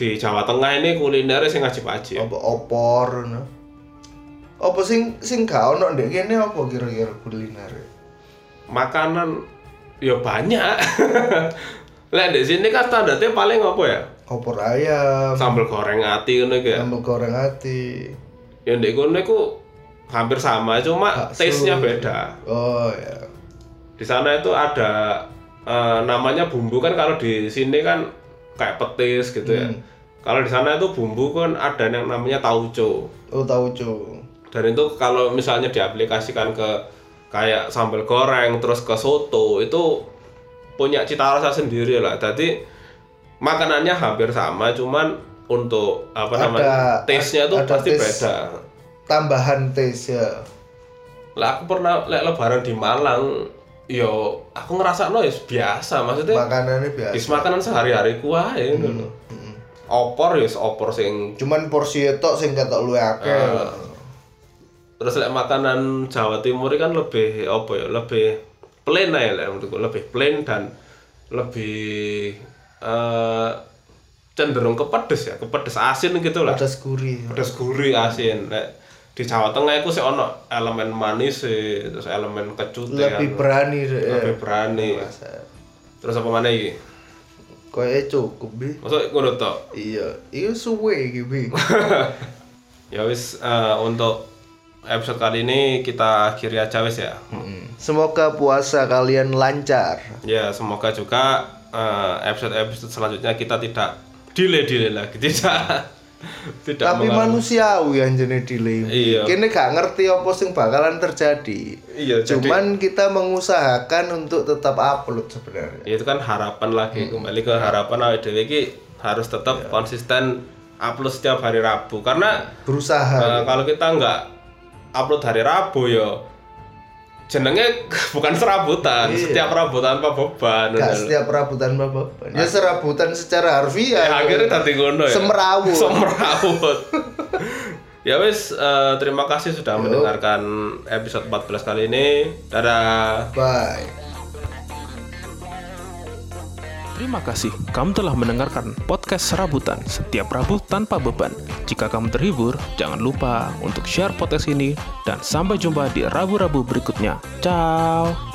S3: di Jawa Tengah ini kulinernya sih ngajib aja.
S2: apa opor ngono apa sing sing gak ono ndek kene apa kira-kira kuliner
S3: Makanan ya banyak. Lah di sini kan standarnya paling apa ya?
S2: opor ayam
S3: Sambal goreng ati ngono iki ya.
S2: sambal goreng ati
S3: Ya ndek kono iku hampir sama cuma
S2: Bakso.
S3: Ah, taste-nya beda.
S2: oh ya
S3: Di sana itu ada eh, namanya bumbu kan kalau di sini kan kayak petis gitu ya.
S2: Hmm.
S3: Kalau di sana itu bumbu kan ada yang namanya tauco.
S2: oh tauco
S3: Dan itu kalau misalnya diaplikasikan ke kayak sambal goreng terus ke soto itu punya cita rasa sendiri lah. Jadi makanannya hampir sama cuman untuk apa
S2: Ada-
S3: namanya taste-nya itu
S2: ada
S3: pasti
S2: taste.
S3: beda.
S2: tambahan tes ya
S3: Lah aku pernah lek lebaran di Malang, yo aku ngerasa no biasa maksudnya
S2: makanannya biasa
S3: Is makanan sehari-hari ku ae ngono.
S2: Mm.
S3: Opor ya is opor sing
S2: cuman porsi tok sing ketok luwe akeh
S3: Ah. terus lek makanan Jawa Timur ini kan lebih apa ya, lebih plain ae lek menurutku, lebih plain dan lebih eh cenderung ke pedes ya, ke pedes asin gitu lah.
S2: pedas gurih
S3: Pedes gurih asin. Lek di Jawa Tengah itu sih ono elemen manis sih, terus elemen
S2: lebih
S3: kecutian,
S2: berani deh ya.
S3: lebih berani. Terus apa mana iki?
S2: Kayaknya e cukup bi
S3: Masuk ngono tok.
S2: iya iya suwe iki bi
S3: Ya wis eh, untuk episode kali ini kita akhiri aja wis ya.
S2: Mm. semoga puasa kalian lancar
S3: Ya semoga juga eh, episode-episode selanjutnya kita tidak delay-delay lagi, tidak tidak
S2: tapi
S3: mengalami-
S2: manusiawi anjene delay
S3: Iya.
S2: kene gak ngerti apa sing bakalan terjadi
S3: Iya, cuman
S2: cuman kita mengusahakan untuk tetap upload sebenarnya
S3: itu kan harapan lagi
S2: Hmm.
S3: kembali ke harapan awake dhewe iki harus tetap
S2: Iya.
S3: konsisten upload setiap hari Rabu karena
S2: berusaha
S3: eh, kalau kita nggak upload hari Rabu ya jenenge bukan serabutan, setiap Rabu tanpa beban.
S2: Iya. Gak setiap rabutan bapak Ya serabutan secara
S3: Ya,
S2: harfiah.
S3: Ah. akhirnya tadi ngono ya.
S2: Semerawut.
S3: Semerawut. ya wis eh, terima kasih sudah mendengarkan episode 14 kali ini. Dadah.
S2: Bye.
S4: Terima kasih, kamu telah mendengarkan podcast Serabutan setiap Rabu tanpa beban. Jika kamu terhibur, jangan lupa untuk share podcast ini dan sampai jumpa di Rabu-Rabu berikutnya. Ciao!